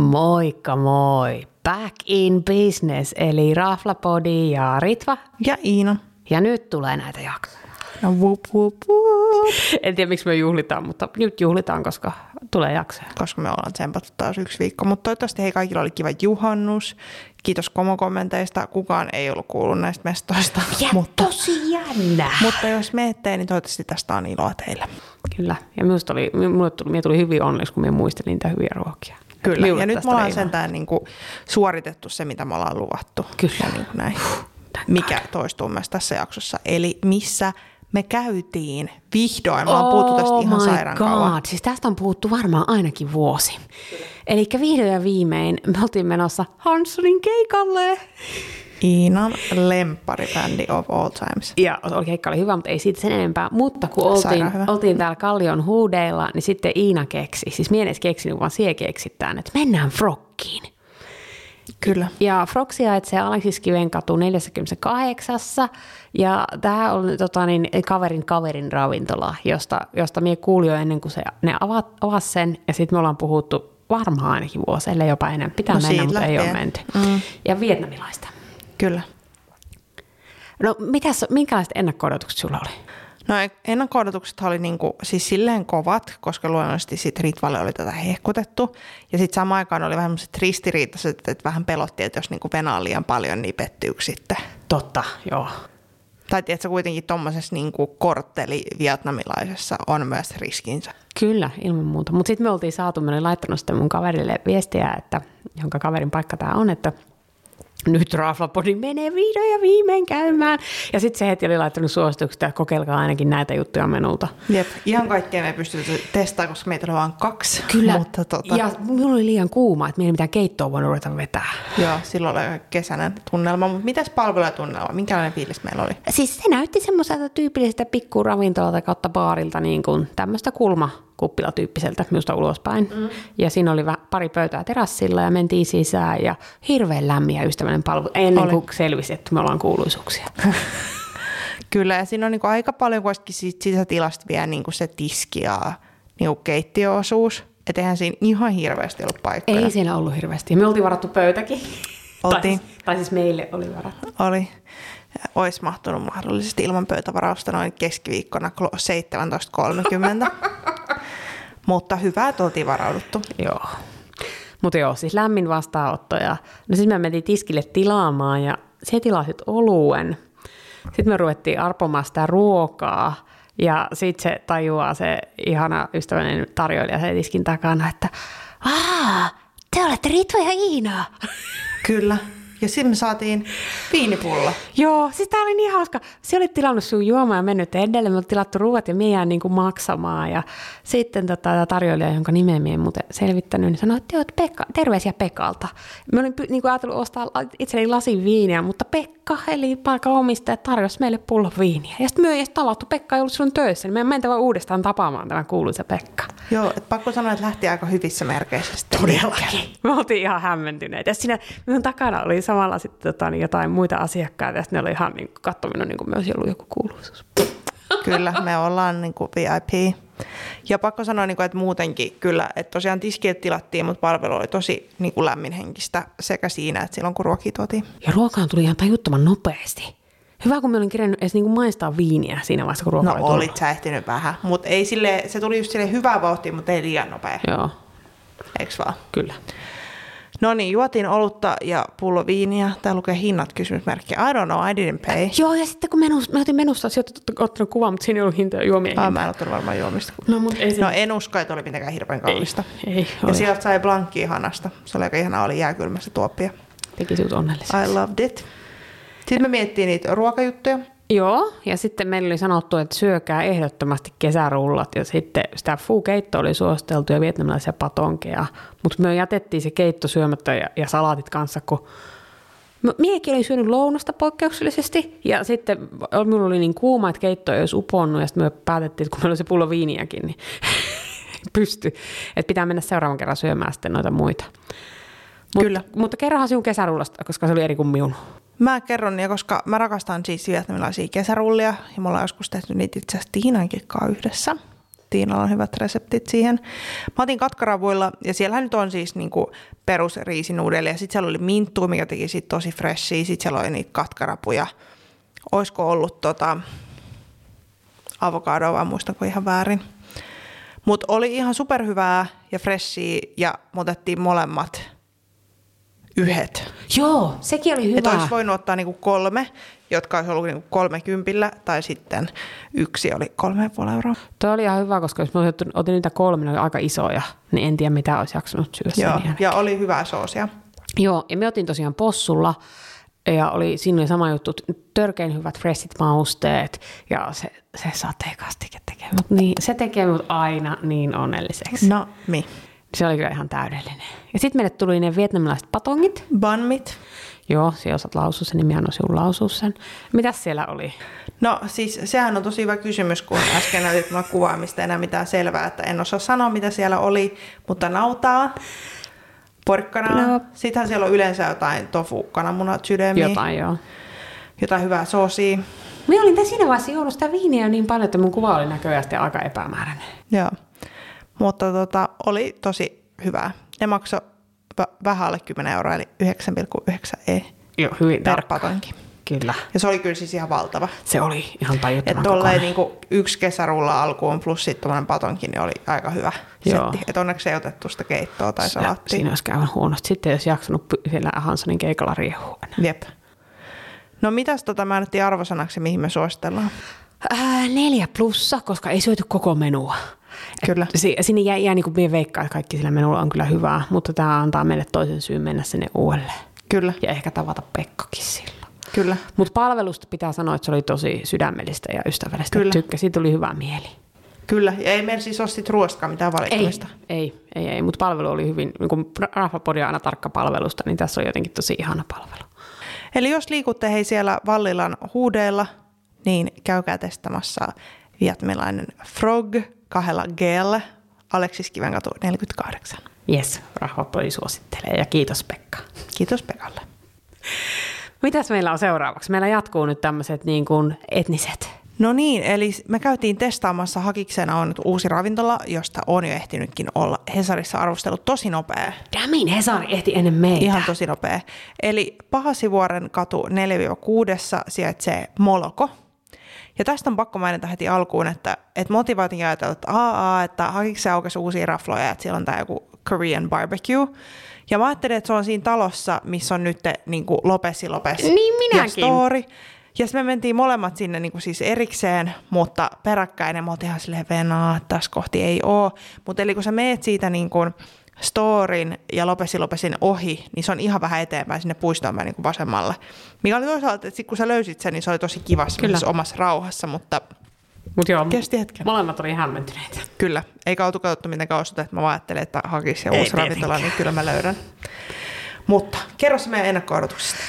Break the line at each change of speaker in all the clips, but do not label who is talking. Moikka moi! Back in business, eli Raflapodi ja Ritva.
Ja Iina.
Ja nyt tulee näitä jaksoja.
No whoop, whoop, whoop.
En tiedä, miksi me juhlitaan, mutta nyt juhlitaan, koska tulee jaksoja.
Koska me ollaan tsempattu taas yksi viikko. Mutta toivottavasti hei kaikilla oli kiva juhannus. Kiitos komokommenteista. Kukaan ei ollut kuullut näistä mestoista.
Ja
mutta,
tosi jännä!
mutta jos menette, niin toivottavasti tästä on iloa teille.
Kyllä, ja minusta oli, minulle tuli, minä tuli hyvin onneksi, kun minä muistelin niitä hyviä ruokia.
Kyllä.
Minulle
Ja nyt
tästä
me ollaan
oli iloa.
sentään niin kuin suoritettu se, mitä me ollaan luvattu.
Kyllä.
Ja niin kuin näin.
thank
Mikä toistuu myös tässä jaksossa. Eli missä me käytiin vihdoin. Mä oon puhuttu tästä ihan
Oh my
sairaan kauan.
God. Siis tästä on puhuttu varmaan ainakin vuosi. Eli vihdoin ja viimein me oltiin menossa Hanssonin keikalle.
Iinan lempparibändi of all times.
Ja oli keikka oli hyvä, mutta ei siitä sen enempää. Mutta kun oltiin,
Sairaan hyvä.
oltiin täällä Kallion huudeilla, niin sitten Iina keksi. Siis mie en edes keksinyt, vaan sie keksittään, että mennään Frokkiin.
Kyllä.
Ja Frog sijaitsee Aleksiskiven katu 48. Ja tämä on tota, niin, kaverin kaverin ravintola, josta, josta mie kuulin jo ennen kuin se, ne avat, avas sen. Ja sitten me ollaan puhuttu varmaan ainakin vuosi, ellei jopa enemmän. Pitää
No
no, mennä,
siitä
mutta lähtee. ei ole
lähtien.
menty. Mm. Ja vietnamilaista.
Kyllä.
No mitäs, minkälaiset ennakko-odotukset sulla oli?
No ennakko-odotukset oli niinku, siis silleen kovat, koska luonnollisesti sit Ritvalle oli tätä hehkutettu. Ja sitten samaan aikaan oli vähän semmoset ristiriitaiset, että et vähän pelotti, että jos niinku venaa liian paljon, niin pettyykö sitten.
Totta, joo.
Tai tiedätkö, kuitenkin tuommoisessa niinku kortteli vietnamilaisessa on myös riskinsä.
Kyllä, ilman muuta. Mutta sitten me oltiin saatu, mä olin laittanut sitten mun kaverille viestiä, että, jonka kaverin paikka tämä on, että nyt Raflapodi menee vihdoin ja viimein käymään. Ja sitten se heti oli laittanut suositukset, että kokeilkaa ainakin näitä juttuja menulta.
Jep, ihan kaikkea me ei pystytty testaamaan, koska meitä oli vain kaksi. Mutta tota,
Ja minulla oli liian kuuma, että minä en mitään keittoa voinut ruveta vetää.
joo, silloin oli kesäinen tunnelma. Mutta mitäs palvelujatunnelma? Minkälainen fiilis meillä oli?
Siis se näytti semmoiselta tyypilliseltä pikkuravintolalta kautta baarilta, niin kuin tämmöistä kulmakuppilatyyppiseltä minusta ulospäin. Mm. Ja siinä oli vä- pari pöytää terassilla ja mentiin sisään ja hirveän lämmin ja ystävällinen palvelu ennen
Oli.
kuin selvisi, että me ollaan kuuluisuuksia.
Kyllä, ja siinä on niin aika paljon kuitenkin siitä sisätilasta vielä niin se tiski ja niin keittiöosuus. Että eihän siinä ihan hirveästi ollut paikkoja.
Ei siellä ollut hirveästi. Me oltiin varattu pöytäkin.
Oltiin.
Tai, tai siis meille oli varattu.
Oli. Olisi mahtunut mahdollisesti ilman pöytävarausta noin keskiviikkona klo- 17.30. Mutta hyvää, että oltiin varauduttu.
Joo. Mutta joo, siis lämmin vastaanotto. Ja, no siis me mentiin tiskille tilaamaan ja se tilasi oluen. Sitten me ruvettiin arpomaan sitä ruokaa. Ja sitten se tajuaa se ihana ystävällinen tarjoilija se tiskin takana, että Aa, te olette Ritva ja Iina.
Kyllä. Ja sitten me saatiin viinipulla.
Joo, siis tää oli niin hauska. Se oli tilannut sun juomaa ja mennyt edelle, me oli tilattu ruuat ja mie jään niinku maksamaan. Ja sitten tota, tää tarjoilija, jonka nimeä mie en muuten selvittänyt, niin sanoi, että joo, että Pekka, terveisiä Pekalta. Mä olin py- niinku ajatellut ostaa la- itselleni lasin viiniä, mutta Pekka, eli paikan omistaja, tarjosi meille pullon viiniä. Ja sitten me ei edes tavattu, Pekka ei ollut silloin töissä, niin me mentä vaan uudestaan tapaamaan tämä kuuluisa Pekka.
Joo, et pakko sanoa, että lähti aika hyvissä merkeissä sitten.
Todellakin. Me oltiin ihan hämmentyneitä. Ja siinä minun takana oli samalla sitten tota, niin jotain muita asiakkaita, ja sitten ne oli ihan niin katsominen, niin kuin myös ollut joku kuuluisuus.
Kyllä, me ollaan niin kuin VIP. Ja pakko sanoa, niin kuin, että muutenkin kyllä, että tosiaan tiskiet tilattiin, mutta palvelu oli tosi niin kuin lämminhenkistä sekä siinä, että silloin kun ruokia tuotiin.
Ja ruokaan tuli ihan tajuttoman nopeasti. Hyvä, kun me olin kirjannut edes niinku maistaa viiniä siinä vaiheessa, kun ruoka
No
oli tullut.
olit sä ehtinyt vähän, mutta ei sille, se tuli just sille hyvää vauhtia, mutta ei liian nopea,
Joo,
eiks vaan?
kyllä.
No niin, juotiin olutta ja pullo viiniä. Tää lukee hinnat kysymysmerkki. I don't know, I didn't pay.
Joo, ja sitten kun menus, me oltiin menussa, sä oot ottanut kuvan, mutta siinä ei ollut hintoja juomien
Ah,
hinta.
mä en ottanut varmaan juomista.
No, mutta ei se...
No en usko, että oli mitenkään hirveän kallista.
Ei, ei
ja
oli.
sieltä sai blankkiin hanasta. Se oli aika ihanaa, oli jääkylmässä tuoppia.
Teki sinut onnellisen.
I loved it. Sitten me miettii niitä ruokajuttuja.
Joo, ja sitten meillä oli sanottu, että syökää ehdottomasti kesärullat ja sitten sitä fuu-keitto oli suositeltu ja vietnamilaisia patonkeja, mutta me jätettiin se keitto syömättä ja, ja salaatit kanssa, kun M- Miekin oli syönyt lounasta poikkeuksellisesti ja sitten minulla oli niin kuuma, että keitto ei olisi uponnut ja sitten me päätettiin, että kun meillä oli se pullo viiniäkin, niin ei pysty, että pitää mennä seuraavan kerran syömään sitten noita muita. Mut,
Kyllä.
Mutta kerrohan sinun kesärullasta, koska se oli eri kuin minun.
Mä kerron, ja koska mä rakastan siis vietnamilaisia kesärullia, ja me ollaan joskus tehty niitä itse asiassa Tiinankin kanssa yhdessä. Tiinalla on hyvät reseptit siihen. Mä otin katkaravuilla ja siellähän nyt on siis niinku perusriisinuudelle ja sitten siellä oli minttu, mikä teki sit tosi freshia. Sitten siellä oli niitä katkarapuja. Oisko ollut tota, avokadoa vai muistanko ihan väärin. Mutta oli ihan superhyvää ja freshia ja me otettiin molemmat yhdet.
Joo, sekin oli
Että
hyvä.
olisi voinut ottaa niinku kolme, jotka olisi ollut niinku kolmekympillä, tai sitten yksi oli kolme ja puoli euroa.
Toi oli ihan hyvä, koska jos mä otin, otin niitä kolme, ne oli aika isoja, niin en tiedä mitä olisi jaksanut syödä sen
Joo,
jälkeen.
ja oli hyvää soosia.
Joo, ja me otin tosiaan possulla, ja oli, siinä oli sama juttu, t- törkein hyvät freshit mausteet, ja se, se sateenkastike tekee mut niin, se tekee mut aina niin onnelliseksi.
No, mi.
Se oli kyllä ihan täydellinen. Ja sitten meille tuli ne vietnamilaiset patongit.
Banmit.
Joo, sinä osaat lausua sen, niin minä annan sinun lausua sen. Mitäs siellä oli?
No siis sehän on tosi hyvä kysymys, kun äsken näytit mua kuvaa, mistä ei enää mitään selvää, että en osaa sanoa mitä siellä oli, mutta nautaa, porkkanaa,
No.
no. sittenhän siellä on yleensä jotain tofu, kananmunat, sydämiä, jotain.
Jotain, joo.
jotain hyvää soosia.
Minä olin tässä siinä vaiheessa juonut sitä viiniä niin paljon, että mun kuva oli näköjään sitten aika epämääräinen.
Joo. Mutta tota, oli tosi hyvää. Ne maksoi vä- vähän alle 10 euroa, eli 9,9 e
Joo, hyvin
per
tarkka.
patonki.
Kyllä.
Ja se oli kyllä siis ihan valtava.
Se oli ihan
Että
tajuttoman
tolleen
kokoinen.
niinku yksi kesärulla alkuun plus sitten tuommoinen patonki, niin oli aika hyvä
Joo.
setti. Että onneksi ei otettu sitä keittoa tai
Siinä-
salaattia.
Siinä olisi käynyt huonosti. Sitten jos jaksanut py- siellä Hansonin keikalla riehua enää.
Jep. No mitäs tota mä annettiin arvosanaksi, mihin me suositellaan?
Ää, Äh, neljä plussa, koska ei syöty koko menua.
Kyllä.
Si- sinne jää, jää niin kuin minä veikkaan, että kaikki sillä menulla on kyllä hyvää, mutta tämä antaa meille toisen syyn mennä sinne uudelleen.
Kyllä,
Ja ehkä tavata Pekkakin silloin.
kyllä.
Mutta palvelusta pitää sanoa, että se oli tosi sydämellistä ja ystävällistä.
Kyllä.
Tykkäsin, tuli hyvä mieli.
Kyllä. Ja ei meillä siis ole sit ruoskaa mitään
Ei,
valittamista.
ei, ei, ei mutta palvelu oli hyvin, niin kuin Raffapodi on aina tarkka palvelusta, niin tässä on jotenkin tosi ihana palvelu.
Eli jos liikutte hei siellä Vallilan huudeilla, niin käykää testamassa vietnamilainen frog kahdella gel Aleksis Kivenkatu 48.
Yes, Raffapodi suosittelee ja kiitos Pekka.
Kiitos Pekalle.
Mitäs meillä on seuraavaksi? Meillä jatkuu nyt tämmöiset niin kuin etniset.
No niin, eli me käytiin testaamassa Hakiksena on nyt uusi ravintola, josta on jo ehtinytkin olla Hesarissa arvostellut tosi nopea.
Damin Hesari ehti ennen meitä.
Ihan tosi nopea. Eli Pahasivuoren katu 4-6 sijaitsee Moloko. Ja tästä on pakko mainita heti alkuun, että, että motivaatin ajatella, että aa, että hakiksi se aukesi uusia rafloja, että siellä on tämä joku Korean barbecue. Ja mä ajattelin, että se on siinä talossa, missä on nyt niin kuin Lopesi Lopes
Niin minäkin.
ja Story. Ja sitten me mentiin molemmat sinne niin kuin siis erikseen, mutta peräkkäin ja mä oltiin ihan silleen venaa, tässä kohti ei oo. Mutta eli kun sä meet siitä niin kuin Storin ja Lopesi Lopesin ohi, niin se on ihan vähän eteenpäin sinne puistoon päin niin kuin vasemmalle. Mikä oli toisaalta, että sit kun sä löysit sen, niin se oli tosi kiva semmoisessa omassa rauhassa, mutta
Mut joo,
Kesti hetken.
molemmat oli hämmentyneitä.
Kyllä, eikä oltu katsottu mitenkään osoite, että mä vaan ajattelin, että hakisi ja
Ei
uusi ravintola, niin kyllä mä löydän. Mutta kerro se meidän ennakko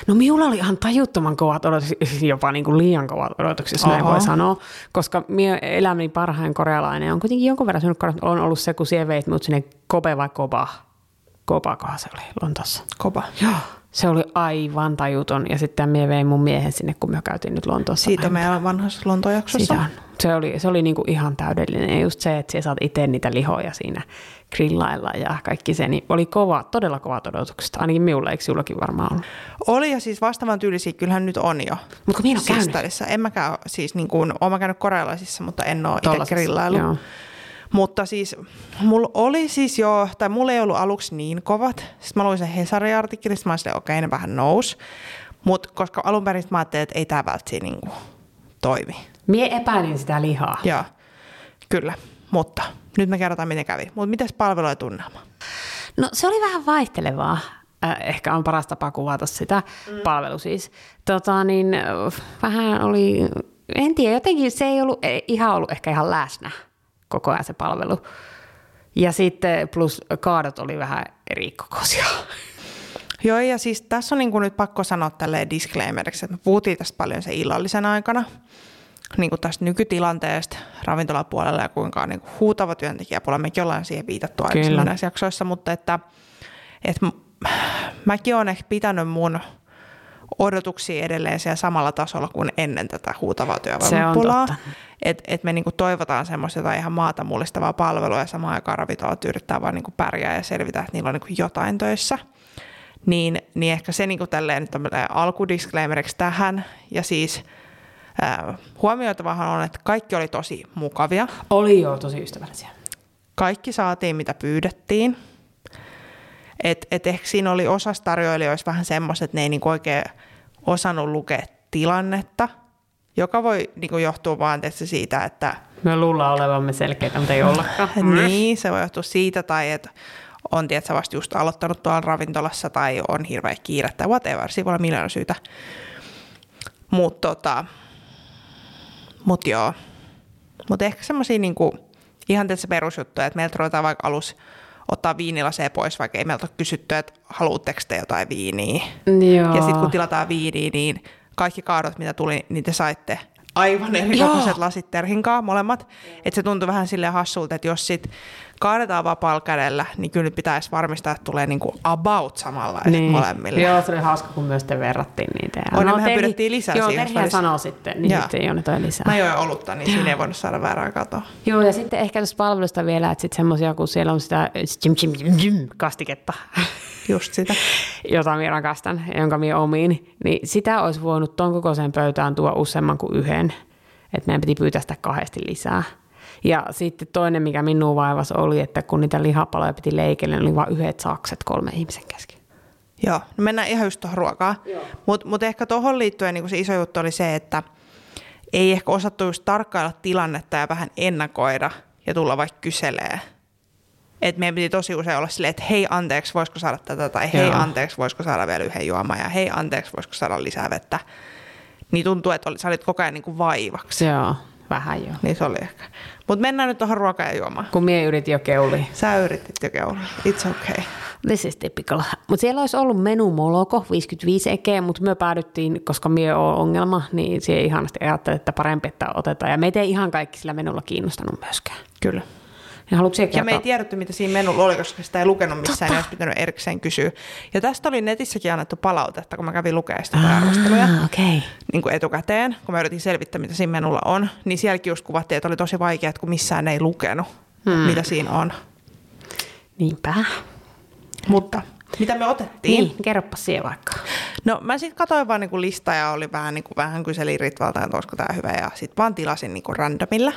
No minulla oli ihan tajuttoman kovat odotukset, jopa niin kuin liian kovat odotukset, jos näin
Oho.
voi sanoa. Koska minä elämäni parhain korealainen on kuitenkin jonkun verran syönyt korealaista. On ollut se, kun sinä veit mut sinne Kobe vai Koba. Kobakohan se oli Lontossa.
Kova.
Joo. Se oli aivan tajuton. Ja sitten minä vein mun miehen sinne, kun me käytiin nyt Lontoossa.
Siitä on meidän vanhassa
Sitä
Lontojaksossa.
on. Se oli, se oli niinku ihan täydellinen. Ja just se, että sä saat itse niitä lihoja siinä grillailla ja kaikki se, niin oli kova, todella kovat odotukset. Ainakin minulle, eikö sinullakin varmaan ollut?
Oli ja siis vastaavan tyylisiä kyllähän nyt on jo.
Mutta kun minä
Siis
en ole käynyt.
Sistarissa. En mä käy, siis niin kuin, oon mä käynyt korealaisissa, mutta en ole itse
Tollasessa,
grillailu.
joo.
Mutta siis mulla oli siis jo, tai mulla ei ollut aluksi niin kovat. Sitten mä luin sen Hesarin artikkelista, mä olin silleen, okei, ne vähän nous. Mutta koska alun perin mä ajattelin, että ei tämä vältsi niin kuin, toimi.
Mie epäilin sitä lihaa.
Ja kyllä, mutta nyt me kerrotaan, miten kävi. Mutta mitäs palveluja tunnelma?
No se oli vähän vaihtelevaa. Äh, Ehkä on paras tapa kuvata sitä mm. palvelu siis. Tota, niin, äh, vähän oli, en tiedä, jotenkin se ei ollut ei, ihan ollut ehkä ihan läsnä koko ajan se palvelu. Ja sitten plus kaadot oli vähän eri kokoisia.
Joo, ja siis tässä on niin kuin nyt pakko sanoa tälleen disclaimeriksi, että me puhuttiin tästä paljon sen illallisen aikana, niin kuin tästä nykytilanteesta ravintolapuolella ja kuinka on niin kuin huutava työntekijäpuolella. Mekin ollaan siihen viitattu aikaisemmin
Kyllä.
näissä jaksoissa, mutta että, että m- mäkin olen ehkä pitänyt mun odotuksia edelleen siellä samalla tasolla kuin ennen tätä huutavaa
Se on
työvoimapulaa.
totta.
Että et me niinku toivotaan semmoista jotain ihan maata mullistavaa palvelua ja samaan aikaan ravintolat yrittää vaan niinku pärjää ja selvitä, että niillä on niinku jotain töissä. Niin, niin ehkä se niinku tälleen nyt alkudisclaimeriksi tähän. Ja siis ää, huomioitavahan on, että kaikki oli tosi mukavia.
Oli joo tosi ystävällisiä.
Kaikki saatiin, mitä pyydettiin. Et, et ehkä siinä oli osassa tarjoilijoissa vähän semmoiset, että ne ei niinku oikein osannut lukea tilannetta, joka voi niinku johtua vaan tietysti siitä, että
Me luullaan olevamme selkeitä, mutta ei ollakaan.
niin, se voi johtua siitä tai että on tietysti vasta just aloittanut tuolla ravintolassa tai on hirveä kiire tai whatever, siinä voi olla miljoona syytä. Mutta tota, mut joo, mutta ehkä semmoisia niinku, ihan tietysti perusjuttuja, että meiltä ruvetaan vaikka alus ottaa viinilaseen pois, vaikka ei meiltä ole kysytty, että haluatteko te jotain viiniä.
Joo.
Ja sitten kun tilataan viiniä, niin kaikki kaadot, mitä tuli, niin te saitte aivan eri kokoiset lasit terhinkaa molemmat. Että se tuntui vähän silleen hassulta, että jos sit kaadetaan vapaalla kädellä, niin kyllä nyt pitäisi varmistaa, että tulee niinku about samanlaiset niin. molemmille.
Joo, se oli hauska, kun myös te verrattiin niitä. Ja No,
On, mehän pyydettiin lisää
Joo,
siinä
Terhihän
välissä.
sanoo sitten, niin
Joo.
sitten ei ole jotain lisää.
Mä join olutta, niin siinä ei voinut saada väärää katoa.
Joo, ja sitten ehkä tuosta palvelusta vielä, että sitten semmoisia, kun siellä on sitä äh, jim, jim, jim, jim, kastiketta,
Just sitä.
jota minä rakastan, jonka minä omiin, niin sitä olisi voinut ton kokoiseen pöytään tuoda useamman kuin yhden. Että meidän piti pyytää sitä kahdesti lisää. Ja sitten toinen, mikä minun vaivas oli, että kun niitä lihapaloja piti leikellä, niin oli vain yhdet sakset kolme ihmisen kesken.
Joo, no mennään ihan just tuohon ruokaan. Mutta mut ehkä tuohon liittyen niin se iso juttu oli se, että ei ehkä osattu just tarkkailla tilannetta ja vähän ennakoida ja tulla vaikka kyselee. Et meidän piti tosi usein olla silleen, että hei anteeksi, voisiko saada tätä, tai hei
Joo.
anteeksi, voisiko saada vielä yhden juoman, ja hei anteeksi, voisiko saada lisää vettä. Niin tuntuu, että oli, sä olit koko ajan niin kuin vaivaksi.
Se on vähän joo.
Niin se oli ehkä. Mutta mennään nyt tuohon ruokaan ja juomaan.
Kun mie yritin jo keulia.
Sä yritit jo keulaa. It's okay.
This is typical. Mutta siellä olisi ollut menu moloko, 55 ekeä, mutta me päädyttiin, koska mie on ongelma, niin siihen ihanasti ajattelin, että parempi, että otetaan. Ja meitä ei ihan kaikki sillä menulla kiinnostanut myöskään.
Kyllä.
Ja haluatko sinä
Ja me ei
kertoa?
tiedetty, mitä siinä menulla oli, koska sitä ei lukenut missään, niin olisi pitänyt erikseen kysyä. Ja tästä oli netissäkin annettu palautetta, kun mä kävin lukemaan sitä tätä arvosteluja
Ah, okei. Okay.
niin kuin etukäteen, kun mä yritin selvittää, mitä siinä menulla on, niin sielläkin just kuvattiin, että oli tosi vaikeaa, että kun missään ei lukenut, hmm. mitä siinä on.
Niinpä.
Niin. Mutta mitä me otettiin?
Niin, kerropa siihen vaikka.
No mä sitten katsoin vaan niinku listaa ja oli vähän, niinku, vähän kyselin Ritvalta, että olisiko tämä hyvä ja sitten vaan tilasin niinku randomilla.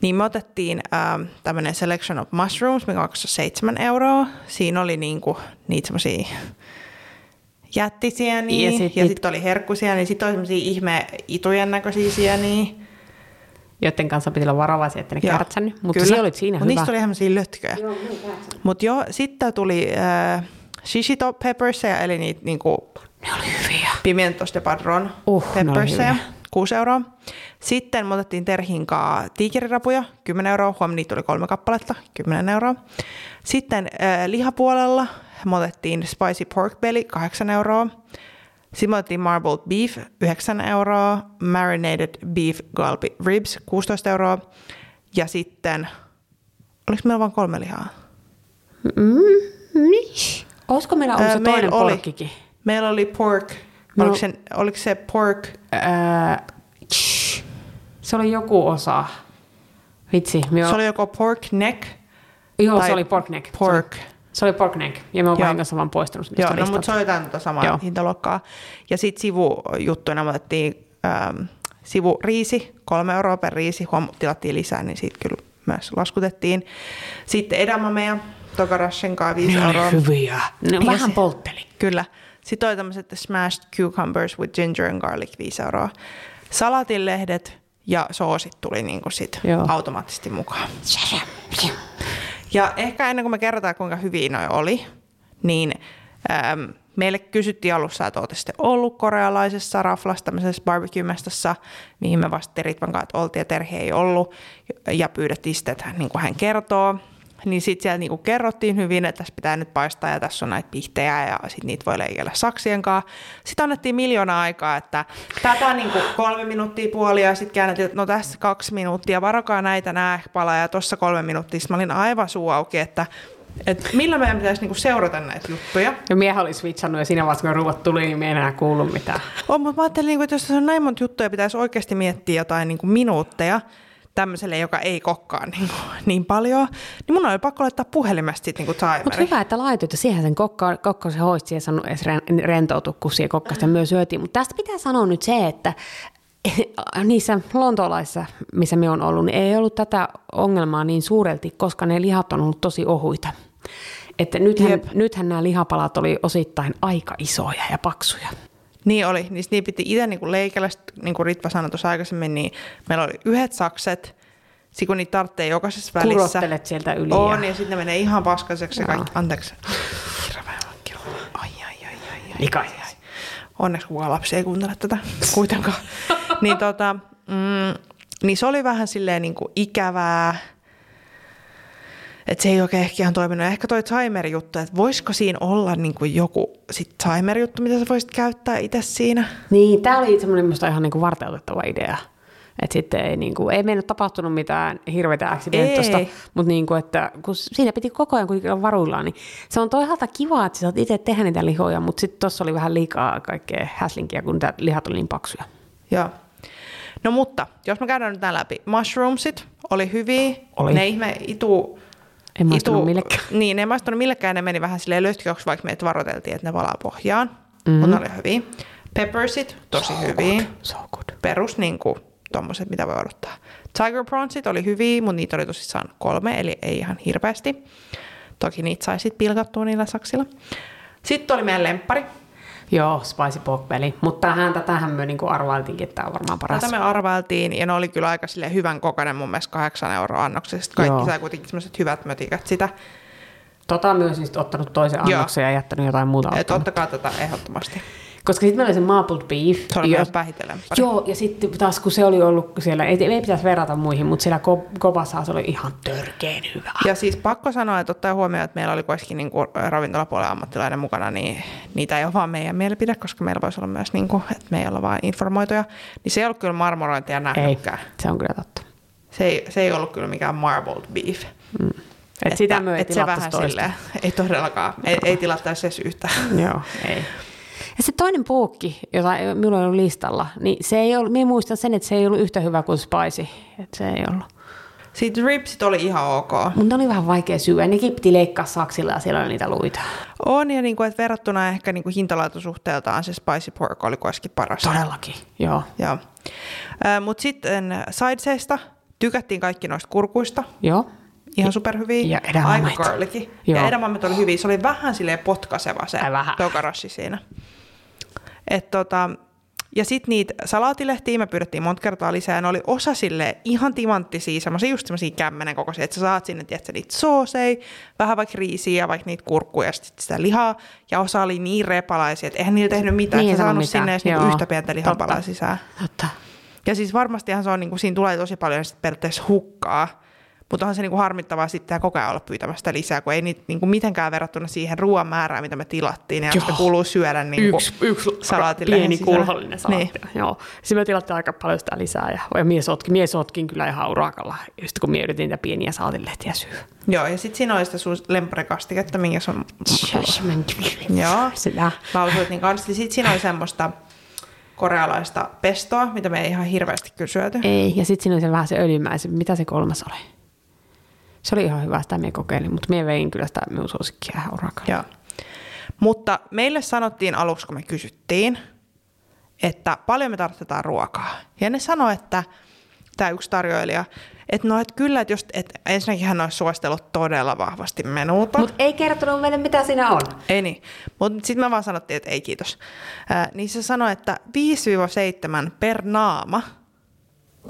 Niin me otettiin ähm, tämmöinen Selection of Mushrooms, mikä on 7 euroa. Siinä oli niinku niitä semmoisia jättisiä
Ja
niin,
sit
ja sitten
niit-
sit oli herkkusia, niin sitten oli semmoisia ihme itujen näköisiä sieniä.
Joiden kanssa piti olla varovaisia, että ne
Joo,
kärtsännyt. Mutta
kyllä.
sinä olit siinä
Mut
hyvä.
Niistä oli ihan semmosia lötköjä. Mutta joo, sitten tuli äh, shishito peppersia, eli niitä niinku
Ne oli hyviä.
Pimientos de Padron
Uh,
uh,
ne oli
peppersia,
hyviä.
6 euroa. Sitten me otettiin Terhinkaa tiikerirapuja, 10 euroa. Huomenna niitä oli kolme kappaletta, 10 euroa. Sitten äh, lihapuolella me otettiin Spicy Pork Belly, 8 euroa. Sitten me otettiin Marbled Beef, 9 euroa. Marinated Beef Galbi Ribs, 16 euroa. Ja sitten, oliko meillä vain kolme lihaa?
Mm, niin. Olisiko meillä ollut
Ää,
se toinen
Äh, meillä oli.
porkkikin?
Meillä oli pork,
No.
oliko, se, oliko se pork
Ää, tsch. Äh, se oli joku osa. Vitsi, minä
Se oli joko pork neck.
Joo,
tai
se oli pork neck.
Pork.
Se oli pork neck, ja mä oon
Joo.
kanssa vaan poistanut niistä
Joo, no,
listalta.
mutta se oli jotain tuota samaa
Joo.
Joo. hintaluokkaa. Ja sitten sivujuttuina me otettiin äm, sivuriisi, kolme euroa per riisi, huom, tilattiin lisää, niin siitä kyllä myös laskutettiin. Sitten edamameja, Tokarashen kanssa 5
Ne oli
euroa.
hyviä. Ne
Ja
No, vähän
se-
poltteli.
Kyllä. Sitten oli tämmöiset smashed cucumbers with ginger and garlic 5 euroa. Salatinlehdet ja soosit tuli niinku sit
Joo.
automaattisesti mukaan. Ja ehkä ennen kuin me kerrotaan, kuinka hyviä noi oli, niin ähm, meille kysyttiin alussa, että olette sitten ollut korealaisessa raflassa, tämmöisessä barbecue-mestassa, mihin me vasta Ritvan kanssa että oltiin ja Terhi ei ollut, ja pyydettiin sitten, että hän, niin kuin hän kertoo. Niin sitten siellä niin kuin kerrottiin hyvin, että tässä pitää nyt paistaa ja tässä on näitä pihtejä ja sitten niitä voi leikellä saksien kanssa. Sitten annettiin miljoona aikaa, että tätä niin kuin kolme minuuttia puoli ja sitten käännettiin, että no tässä kaksi minuuttia, varokaa näitä nää palaa ja tuossa kolme minuuttia. Sitten mä olin aivan suu auki, että Et millä meidän pitäisi niinku seurata näitä juttuja.
Ja miehän oli switchannut ja siinä vaiheessa, kun ruuat tuli, niin me ei enää kuullut mitään.
On, mutta mä ajattelin, niinku, että jos tässä on näin monta juttuja, pitäisi oikeasti miettiä jotain niinku minuutteja tämmöiselle, joka ei kokkaa niinku, niin paljon, niin mun oli pakko laittaa puhelimesta sitten niinku
Mutta
timeri.
hyvä, että laitoit, ja siihen sen kokka, kokka se hoisti, siihen ei saanut edes ren- rentoutua, kun siihen kokkasta myös syötiin. Mutta tästä pitää sanoa nyt se, että niissä lontoolaissa, missä me on ollut, niin ei ollut tätä ongelmaa niin suurelti, koska ne lihat on ollut tosi ohuita. Että nythän,
Jep.
nythän nämä lihapalat oli osittain aika isoja ja paksuja.
Niin oli, niin niin piti itse niinku leikellä, Sit, niin kuin Ritva sanoi tuossa aikaisemmin, niin meillä oli yhdet sakset, sitten kun niitä tarvitsee jokaisessa välissä.
Kurottelet sieltä yli. ja-
On, ja sitten ne menee ihan paskaiseksi ja
Joo.
kaikki. Anteeksi. Hirveä lakki. Ai, ai, ai, ai, ai.
Likaisia.
ai, ai. Onneksi kukaan lapsi ei kuuntele tätä kuitenkaan. niin, tota, mm, niin se oli vähän silleen niin kuin ikävää. Että se ei oikein ehkä ihan toiminut. Ja Ehkä toi timer-juttu, että voisiko siinä olla niin kuin joku sit timer-juttu, mitä sä voisit käyttää itse siinä.
Niin, tämä oli semmoinen minusta ihan niinku varteutettava idea. Että sitten ei, niinku, ei meillä tapahtunut mitään hirveätä accidentosta,
Ei.
mutta niinku, että kun siinä piti koko ajan kuitenkin olla varuillaan, niin se on toisaalta kiva, että sä saat itse tehdä niitä lihoja, mutta sitten tuossa oli vähän liikaa kaikkea häslinkiä, kun tää lihat oli niin paksuja.
Joo. No mutta, jos me käydään nyt nämä läpi. Mushroomsit oli hyviä.
Oli.
Ne ihme itu...
En maistunut millekään.
Niin, ne ei maistunut millekään. Ne meni vähän silleen lötköksi, vaikka meitä varoiteltiin, että ne valaa pohjaan. Mm-hmm. Mutta ne oli hyviä. Peppersit, tosi hyviä.
So good.
Perus niin kuin, tommoset, mitä voi odottaa. Tiger prawnsit oli hyviä, mutta niitä oli tosissaan kolme, eli ei ihan hirveästi. Toki niitä sai sitten pilkattua niillä saksilla. Sitten oli meidän lemppari.
Joo, spicy pork belly. Mutta tähän, tähän me niinku arvailtiinkin, että tämä on varmaan paras.
Tätä me arvailtiin ja ne oli kyllä aika silleen hyvän kokoinen mun mielestä kahdeksan euroa annoksesta. Kaikki
Joo.
sai kuitenkin semmoiset hyvät mötikät sitä.
Tota myös siis ottanut toisen
Joo.
annoksen ja jättänyt jotain muuta.
Että
ottamatta.
ottakaa tätä ehdottomasti.
Koska sitten meillä oli se mapled beef.
Se oli
jo-
myös vähitellen pari.
Joo, ja sitten taas kun se oli ollut siellä, ei, ei pitäisi verrata muihin, mutta siellä Kobassa se oli ihan törkeen hyvä.
Ja siis pakko sanoa, että ottaa huomioon, että meillä oli kuitenkin niin kuin ravintolapuolen ammattilainen mukana, niin niitä ei ole vaan meidän mielipide, koska meillä voisi olla myös, niin kuin, että me ei olla vaan informoituja. Niin se ei ollut kyllä marmorointia
ei,
nähnytkään.
se on kyllä totta.
Se ei, se ei ollut kyllä mikään marbled beef.
Et sitä me ei
et se vähän
tilattaisi toista.
silleen, ei todellakaan, ei, ei tilattaisi edes yhtään.
Joo, ei. Ja se toinen puukki, jota ei- minulla ei ollut listalla, niin se ei ollut, minä muistan sen, että se ei ollut yhtä hyvä kuin spicy. Että se ei ollut.
Sitten ripsit oli ihan ok.
Mutta ne oli vähän vaikea syödä. Nekin piti leikkaa saksilla ja siellä oli niitä luita.
On, ja niin kuin, että verrattuna ehkä niin kuin hintalaatusuhteeltaan se spicy pork oli kuitenkin paras.
Todellakin. Joo.
Joo. Mutta sitten äh, sideseista tykättiin kaikki noista kurkuista.
Joo.
Ihan superhyviä.
ja edamameit.
Aika garlicky. Ja
Joo.
edamamet oli hyviä. Se oli vähän silleen potkaseva se
Ai vähän.
tokarassi siinä. Et tota, ja sitten niitä salaatilehtiä me pyydettiin monta kertaa lisää. Ne oli osa sille ihan timanttisia, semmoisia just semmoisia kämmenen kokoisia, että sä saat sinne, tiedätkö, niitä soosei, vähän vaikka riisiä ja vaikka niitä kurkkuja ja sit sitä lihaa. Ja osa oli niin repalaisia, että eihän niillä tehnyt mitään.
Niin,
Niin,
ei
sä
saanut
saanut
mitään.
sinne edes niinku
Joo.
yhtä pientä lihapalaa
Totta.
sisään.
Totta.
Ja siis varmastihan se on, niin kuin, siinä tulee tosi paljon sit periaatteessa hukkaa, mutta onhan se niin kuin harmittavaa sitten koko ajan olla pyytämästä lisää, kun ei niitä niin kuin mitenkään verrattuna siihen ruoan määrään, mitä me tilattiin, ja
Joo.
sitä kuuluu syödä niin kuin
yksi, yksi
salaatille.
pieni
sisällä.
kulhollinen salaatti.
Niin.
Niin. Joo. Sitten me tilattiin aika paljon sitä lisää ja, ja mies, otkin, mies otkin kyllä ihan urakalla, just kun mie yritin niitä pieniä salaatilehtiä syödä.
Joo, ja sitten siinä oli sitä sun lempparikastiketta, minkä sun
Judgment.
Joo.
Sitä.
lausuit niin kanssa. Sitten siinä oli semmoista korealaista pestoa, mitä me ei ihan hirveästi kyllä syöty.
Ei, ja sitten siinä oli se vähän se öljymäisen. Mitä se kolmas oli? Se oli ihan hyvä, sitä mie kokeilin, mutta mie vein kyllä sitä minun suosikkia ihan urakalla.
Joo. Mutta meille sanottiin aluksi, kun me kysyttiin, että paljon me tarvitetaan ruokaa. Ja ne sanoi, että tämä yksi tarjoilija, että no, että kyllä, että, jos, että ensinnäkin hän olisi suostellut todella vahvasti menuuta. Mut.
Mutta ei kertonut meille, mitä siinä on.
Ei niin. Mutta sitten me vaan sanottiin, että ei kiitos. Ää, niin se sanoi, että 5-7 per naama.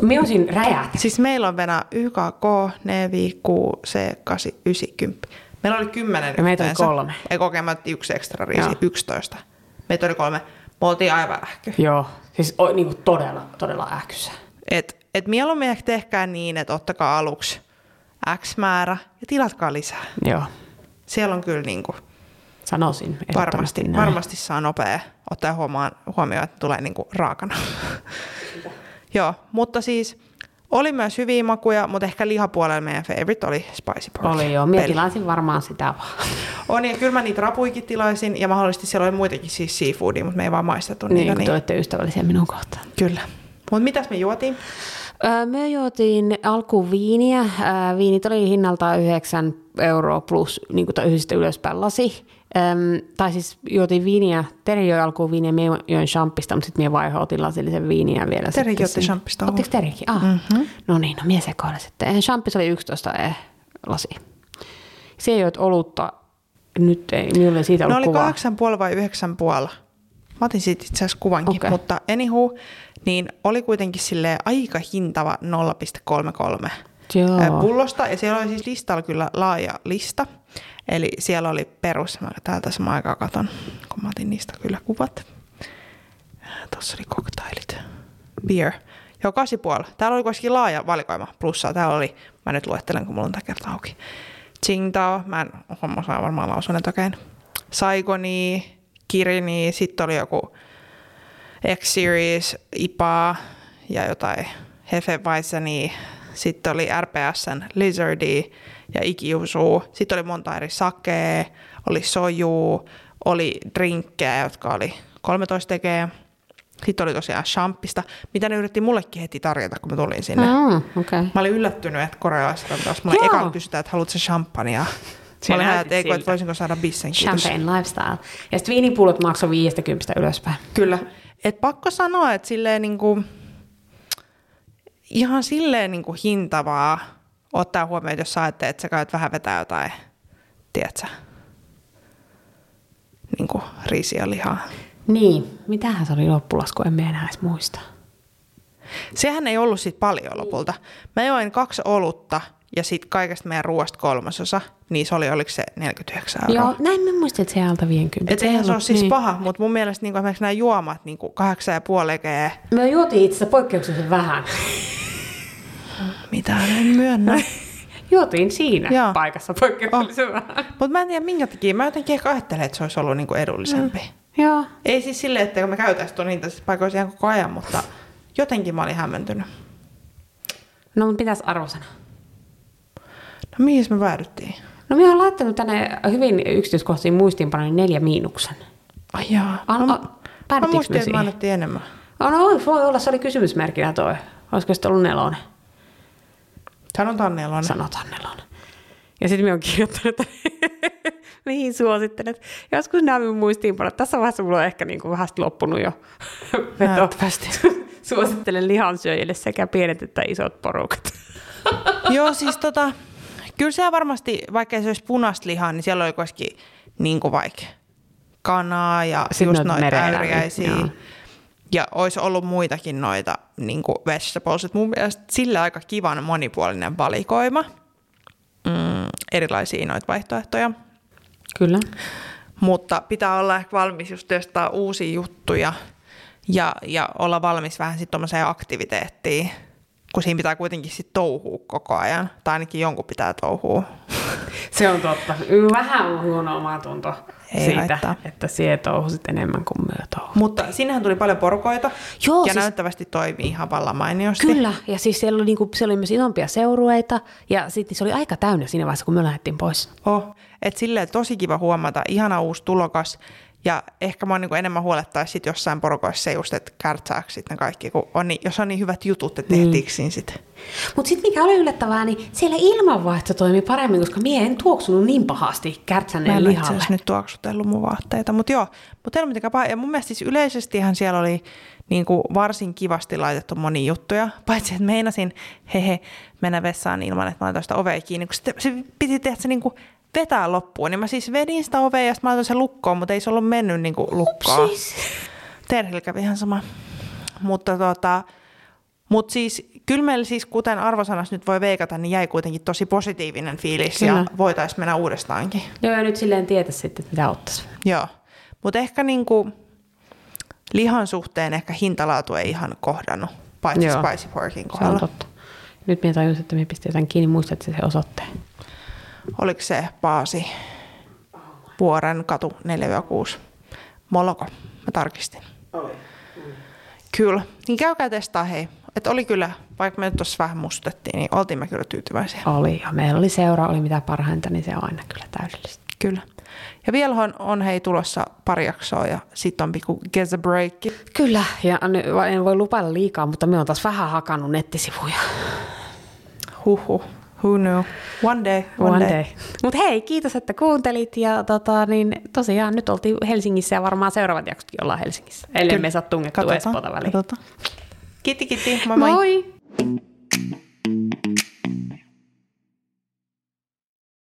Mie olisin räjähtänyt.
Siis meillä on Venä YKK, NV, Q, C, 8, 9, 10. Meillä oli 10
Ja meitä oli kolme.
Ei kokea, me otettiin yksi ekstra riisi,
Joo.
11. Meitä oli kolme. Me oltiin aivan ähky.
Joo, siis o, niinku todella, todella ähkyssä.
Et, et mieluummin ehkä tehkää niin, että ottakaa aluksi X määrä ja tilatkaa lisää.
Joo,
Siellä on kyllä niinku
sanoisin. ehdottomasti
varmasti,
näin.
varmasti saa nopea ottaa huomaan, huomioon, että tulee niinku raakana. Joo, mutta siis Oli myös hyviä makuja, mutta ehkä lihapuolella meidän favorite oli spicy pork.
Oli joo, minä
Peli.
tilasin varmaan sitä vaan.
On, ja niin kyllä mä niitä rapuikin tilaisin, ja mahdollisesti siellä oli muitakin siis seafoodia, mutta me ei vaan maistettu
Niin,
niitä.
kun te olette ystävällisiä minun kohtaan.
Kyllä. Mutta mitäs me juotiin?
Öö, Me juotiin alkuun viiniä. Öö, Viinit oli hinnaltaan 9 euroa plus niin kuin, tai yhdestä ylöspäin lasi. Öm, tai siis juotiin viiniä, Teri joi alkuun viiniä, minä join champista, mutta sitten minä vaihoin otin lasillisen viiniä vielä. sitten
otti
sinne.
champista
Ottiko Terikin? Ah. Mm-hmm. No niin, no minä sekoilen sitten. Eh, Champista oli 11 eh, lasi. Se joit olutta, nyt ei minulle siitä
No
ollut
oli
kuvaa.
kahdeksan puoli vai yhdeksän puoli? Mä otin siitä itse asiassa kuvankin, okay.
Okei.
mutta anywho, niin oli kuitenkin sille aika hintava 0,33
Joo.
ää, pullosta. Ja siellä oli siis listalla kyllä laaja lista. Eli siellä oli perus, mä täältä samaan aikaan katon, kun mä otin niistä kyllä kuvat. Tuossa oli koktailit. Beer. Joo, kasi puoli. Täällä oli kuitenkin laaja valikoima. Plussaa täällä oli, mä nyt luettelen, kun mulla on tää kerta auki. Tsingtao, mä en homma osaa varmaan lausun etokäin. Saigoni, Kirini, sitten oli joku X-Series, IPA ja jotain Hefeweizenia. Sitten oli RPSn Lizardi ja Ikiusu. Sitten oli monta eri sakee, oli soju, oli drinkkejä, jotka oli 13 tekee. Sitten oli tosiaan champista, mitä ne yritti mullekin heti tarjota, kun mä tulin sinne.
Ah, okay.
Mä olin yllättynyt, että korealaiset on taas. Mulle
Joo.
ekalla kysytään, että haluatko sä champagnea? Mä
Sä
olin
näytit
että ei, kun, että
siltä.
voisinko saada bissen, kiitos.
Champagne lifestyle. Ja sitten viinipullot maksoi 50 ylöspäin.
Kyllä. Et pakko sanoa, että silleen niinku, ihan silleen niinku hintavaa ottaa huomioon, että jos sä ajattelet, että sä käyt vähän vetää jotain, tiedätkö, niinku riisiä lihaa.
Niin, mitähän se oli loppulasku, en minä enää edes muista.
Sehän ei ollut sit paljon lopulta. Mä join kaksi olutta ja sit kaikesta meidän ruoasta kolmasosa, niin se oli, oliko se 49 euroa?
Joo, näin mä muistin, että se ei alta 50.
Et eihän se ole siis
niin.
paha, mutta mun mielestä niinku esimerkiksi nämä juomat niinku kahdeksan ja puoli ekee,
Me juotiin niin. itse asiassa poikkeuksellisen vähän.
mitä en myönnä.
Juotiin siinä
Joo.
Joo. paikassa poikkeuksellisen oh. vähän.
Mutta mä en tiedä minkä takia. Mä jotenkin ehkä ajattelen, että se olisi ollut niinku edullisempi. Mm.
Joo.
Ei siis silleen, että me käytäisiin tuon niitä paikoissa ihan koko ajan, mutta jotenkin mä olin hämmentynyt.
No mun pitäisi arvosana.
No mihin me päädyttiin?
No minä olen laittanut tänne hyvin yksityiskohtiin muistiinpanoin neljä miinuksen.
Ai jaa.
An-
no,
a-
mä
päädyttiinkö
muistin,
me
että mä
siihen?
annettiin enemmän.
Oh, no voi, voi olla, se oli kysymysmerkkinä toi. Olisiko sitten ollut nelonen?
Sanotaan nelonen. Sa-
sanotaan nelonen. Ja sitten minä olen kirjoittanut, että mihin suosittelet. Joskus nämä minun muistiinpanot. Tässä vaiheessa mulla on ehkä niin kuin vähän sit loppunut jo veto.
Näyttävästi.
Suosittelen lihansyöjille sekä pienet että isot porukat.
Joo, siis tota, kyllä siellä varmasti, vaikka se olisi punaista lihaa, niin siellä oli kuitenkin niin kuin vaikka kanaa ja
Sitten
just
noita
noita
mereläimiä,
äyriäisiä.
joo.
Ja olisi ollut muitakin noita niin kuin vegetables. Et mun mielestä sillä aika kivan monipuolinen valikoima. Mm, erilaisia noita vaihtoehtoja.
Kyllä.
Mutta pitää olla ehkä valmis just testaa uusia juttuja ja, ja olla valmis vähän sitten tuommoiseen aktiviteettiin, kun siinä pitää kuitenkin sitten touhua koko ajan. Tai ainakin jonkun pitää touhua.
Se on totta. Vähän huono omatunto
Ei
siitä,
haittaa.
että sie touhusit enemmän kuin myö touhusit.
Mutta sinnehän tuli paljon porukoita
Joo,
ja
siis-
näyttävästi toimii ihan vallan mainiosti.
Kyllä, ja siis siellä oli, niinku, siellä oli myös isompia seurueita, ja sitten se oli aika täynnä siinä vaiheessa, kun me lähdettiin pois.
Oh, et silleen tosi kiva huomata, ihana uusi tulokas. Ja ehkä mä niinku enemmän huolettaisi sit jossain porukoissa se just, että kärtsääkö sitten kaikki, kun on niin, jos on niin hyvät jutut, että tehtiinkö siinä sitten.
Mutta sitten mikä oli yllättävää, niin siellä ilmanvaihto toimi paremmin, koska mie en tuoksunut niin pahasti
Mä
kärtsäneen
en ole itse
lihalle.
asiassa nyt tuoksutellut mun vaatteita, mutta joo. Mutta ei ole mitenkään paha. Ja mun mielestä siis yleisestihän siellä oli niin kuin varsin kivasti laitettu monia juttuja. Paitsi, että meinasin hehe mennä vessaan ilman, että mä laitoin sitä ovea kiinni. Kun sitten se piti tehdä se niin kuin vetää loppuun. Niin mä siis vedin sitä ovea ja sitten mä laitoin sen lukkoon, mutta ei se ollut mennyt niin kuin lukkoon.
Siis.
Terhillä kävi ihan sama. Mutta tota, mut siis, kyllä meillä siis, kuten arvosanassa nyt voi veikata, niin jäi kuitenkin tosi positiivinen fiilis ja
Kyllä.
voitaisiin mennä uudestaankin.
Joo, ja nyt silleen tietä sitten, että mitä ottaisi.
Joo, mutta ehkä niinku lihan suhteen ehkä hintalaatu ei ihan kohdannut, paitsi Joo.
Joo.
spicy porkin
Se on
kohdalla.
totta. Nyt minä tajusin, että minä pistin jotain kiinni, muistat se osoitteen.
Oliko se Paasi Vuoren katu 4-6? Moloko, mä tarkistin. Oli. Kyllä, niin käykää testaa hei. Et oli kyllä, vaikka me nyt tuossa vähän mustettiin, niin oltiin me kyllä tyytyväisiä.
Oli ja meillä oli seura, oli mitä parhainta, niin se on aina kyllä täydellistä.
Kyllä. Ja vielä on, on hei tulossa pari jaksoa ja sitten on pikku get a break.
Kyllä, ja n- en voi lupailla liikaa, mutta me on taas vähän hakannut nettisivuja.
Huhhuh. Who knew? One day. One, day.
Mutta hei, kiitos, että kuuntelit. Ja tota, niin, tosiaan nyt oltiin Helsingissä ja varmaan seuraavat jaksotkin ollaan Helsingissä. Eli
Kyllä.
me saa tungettua
Katsotaan.
Espoota väliin.
Katsotaan. Kiitti, kiitti. Moi moi.
moi.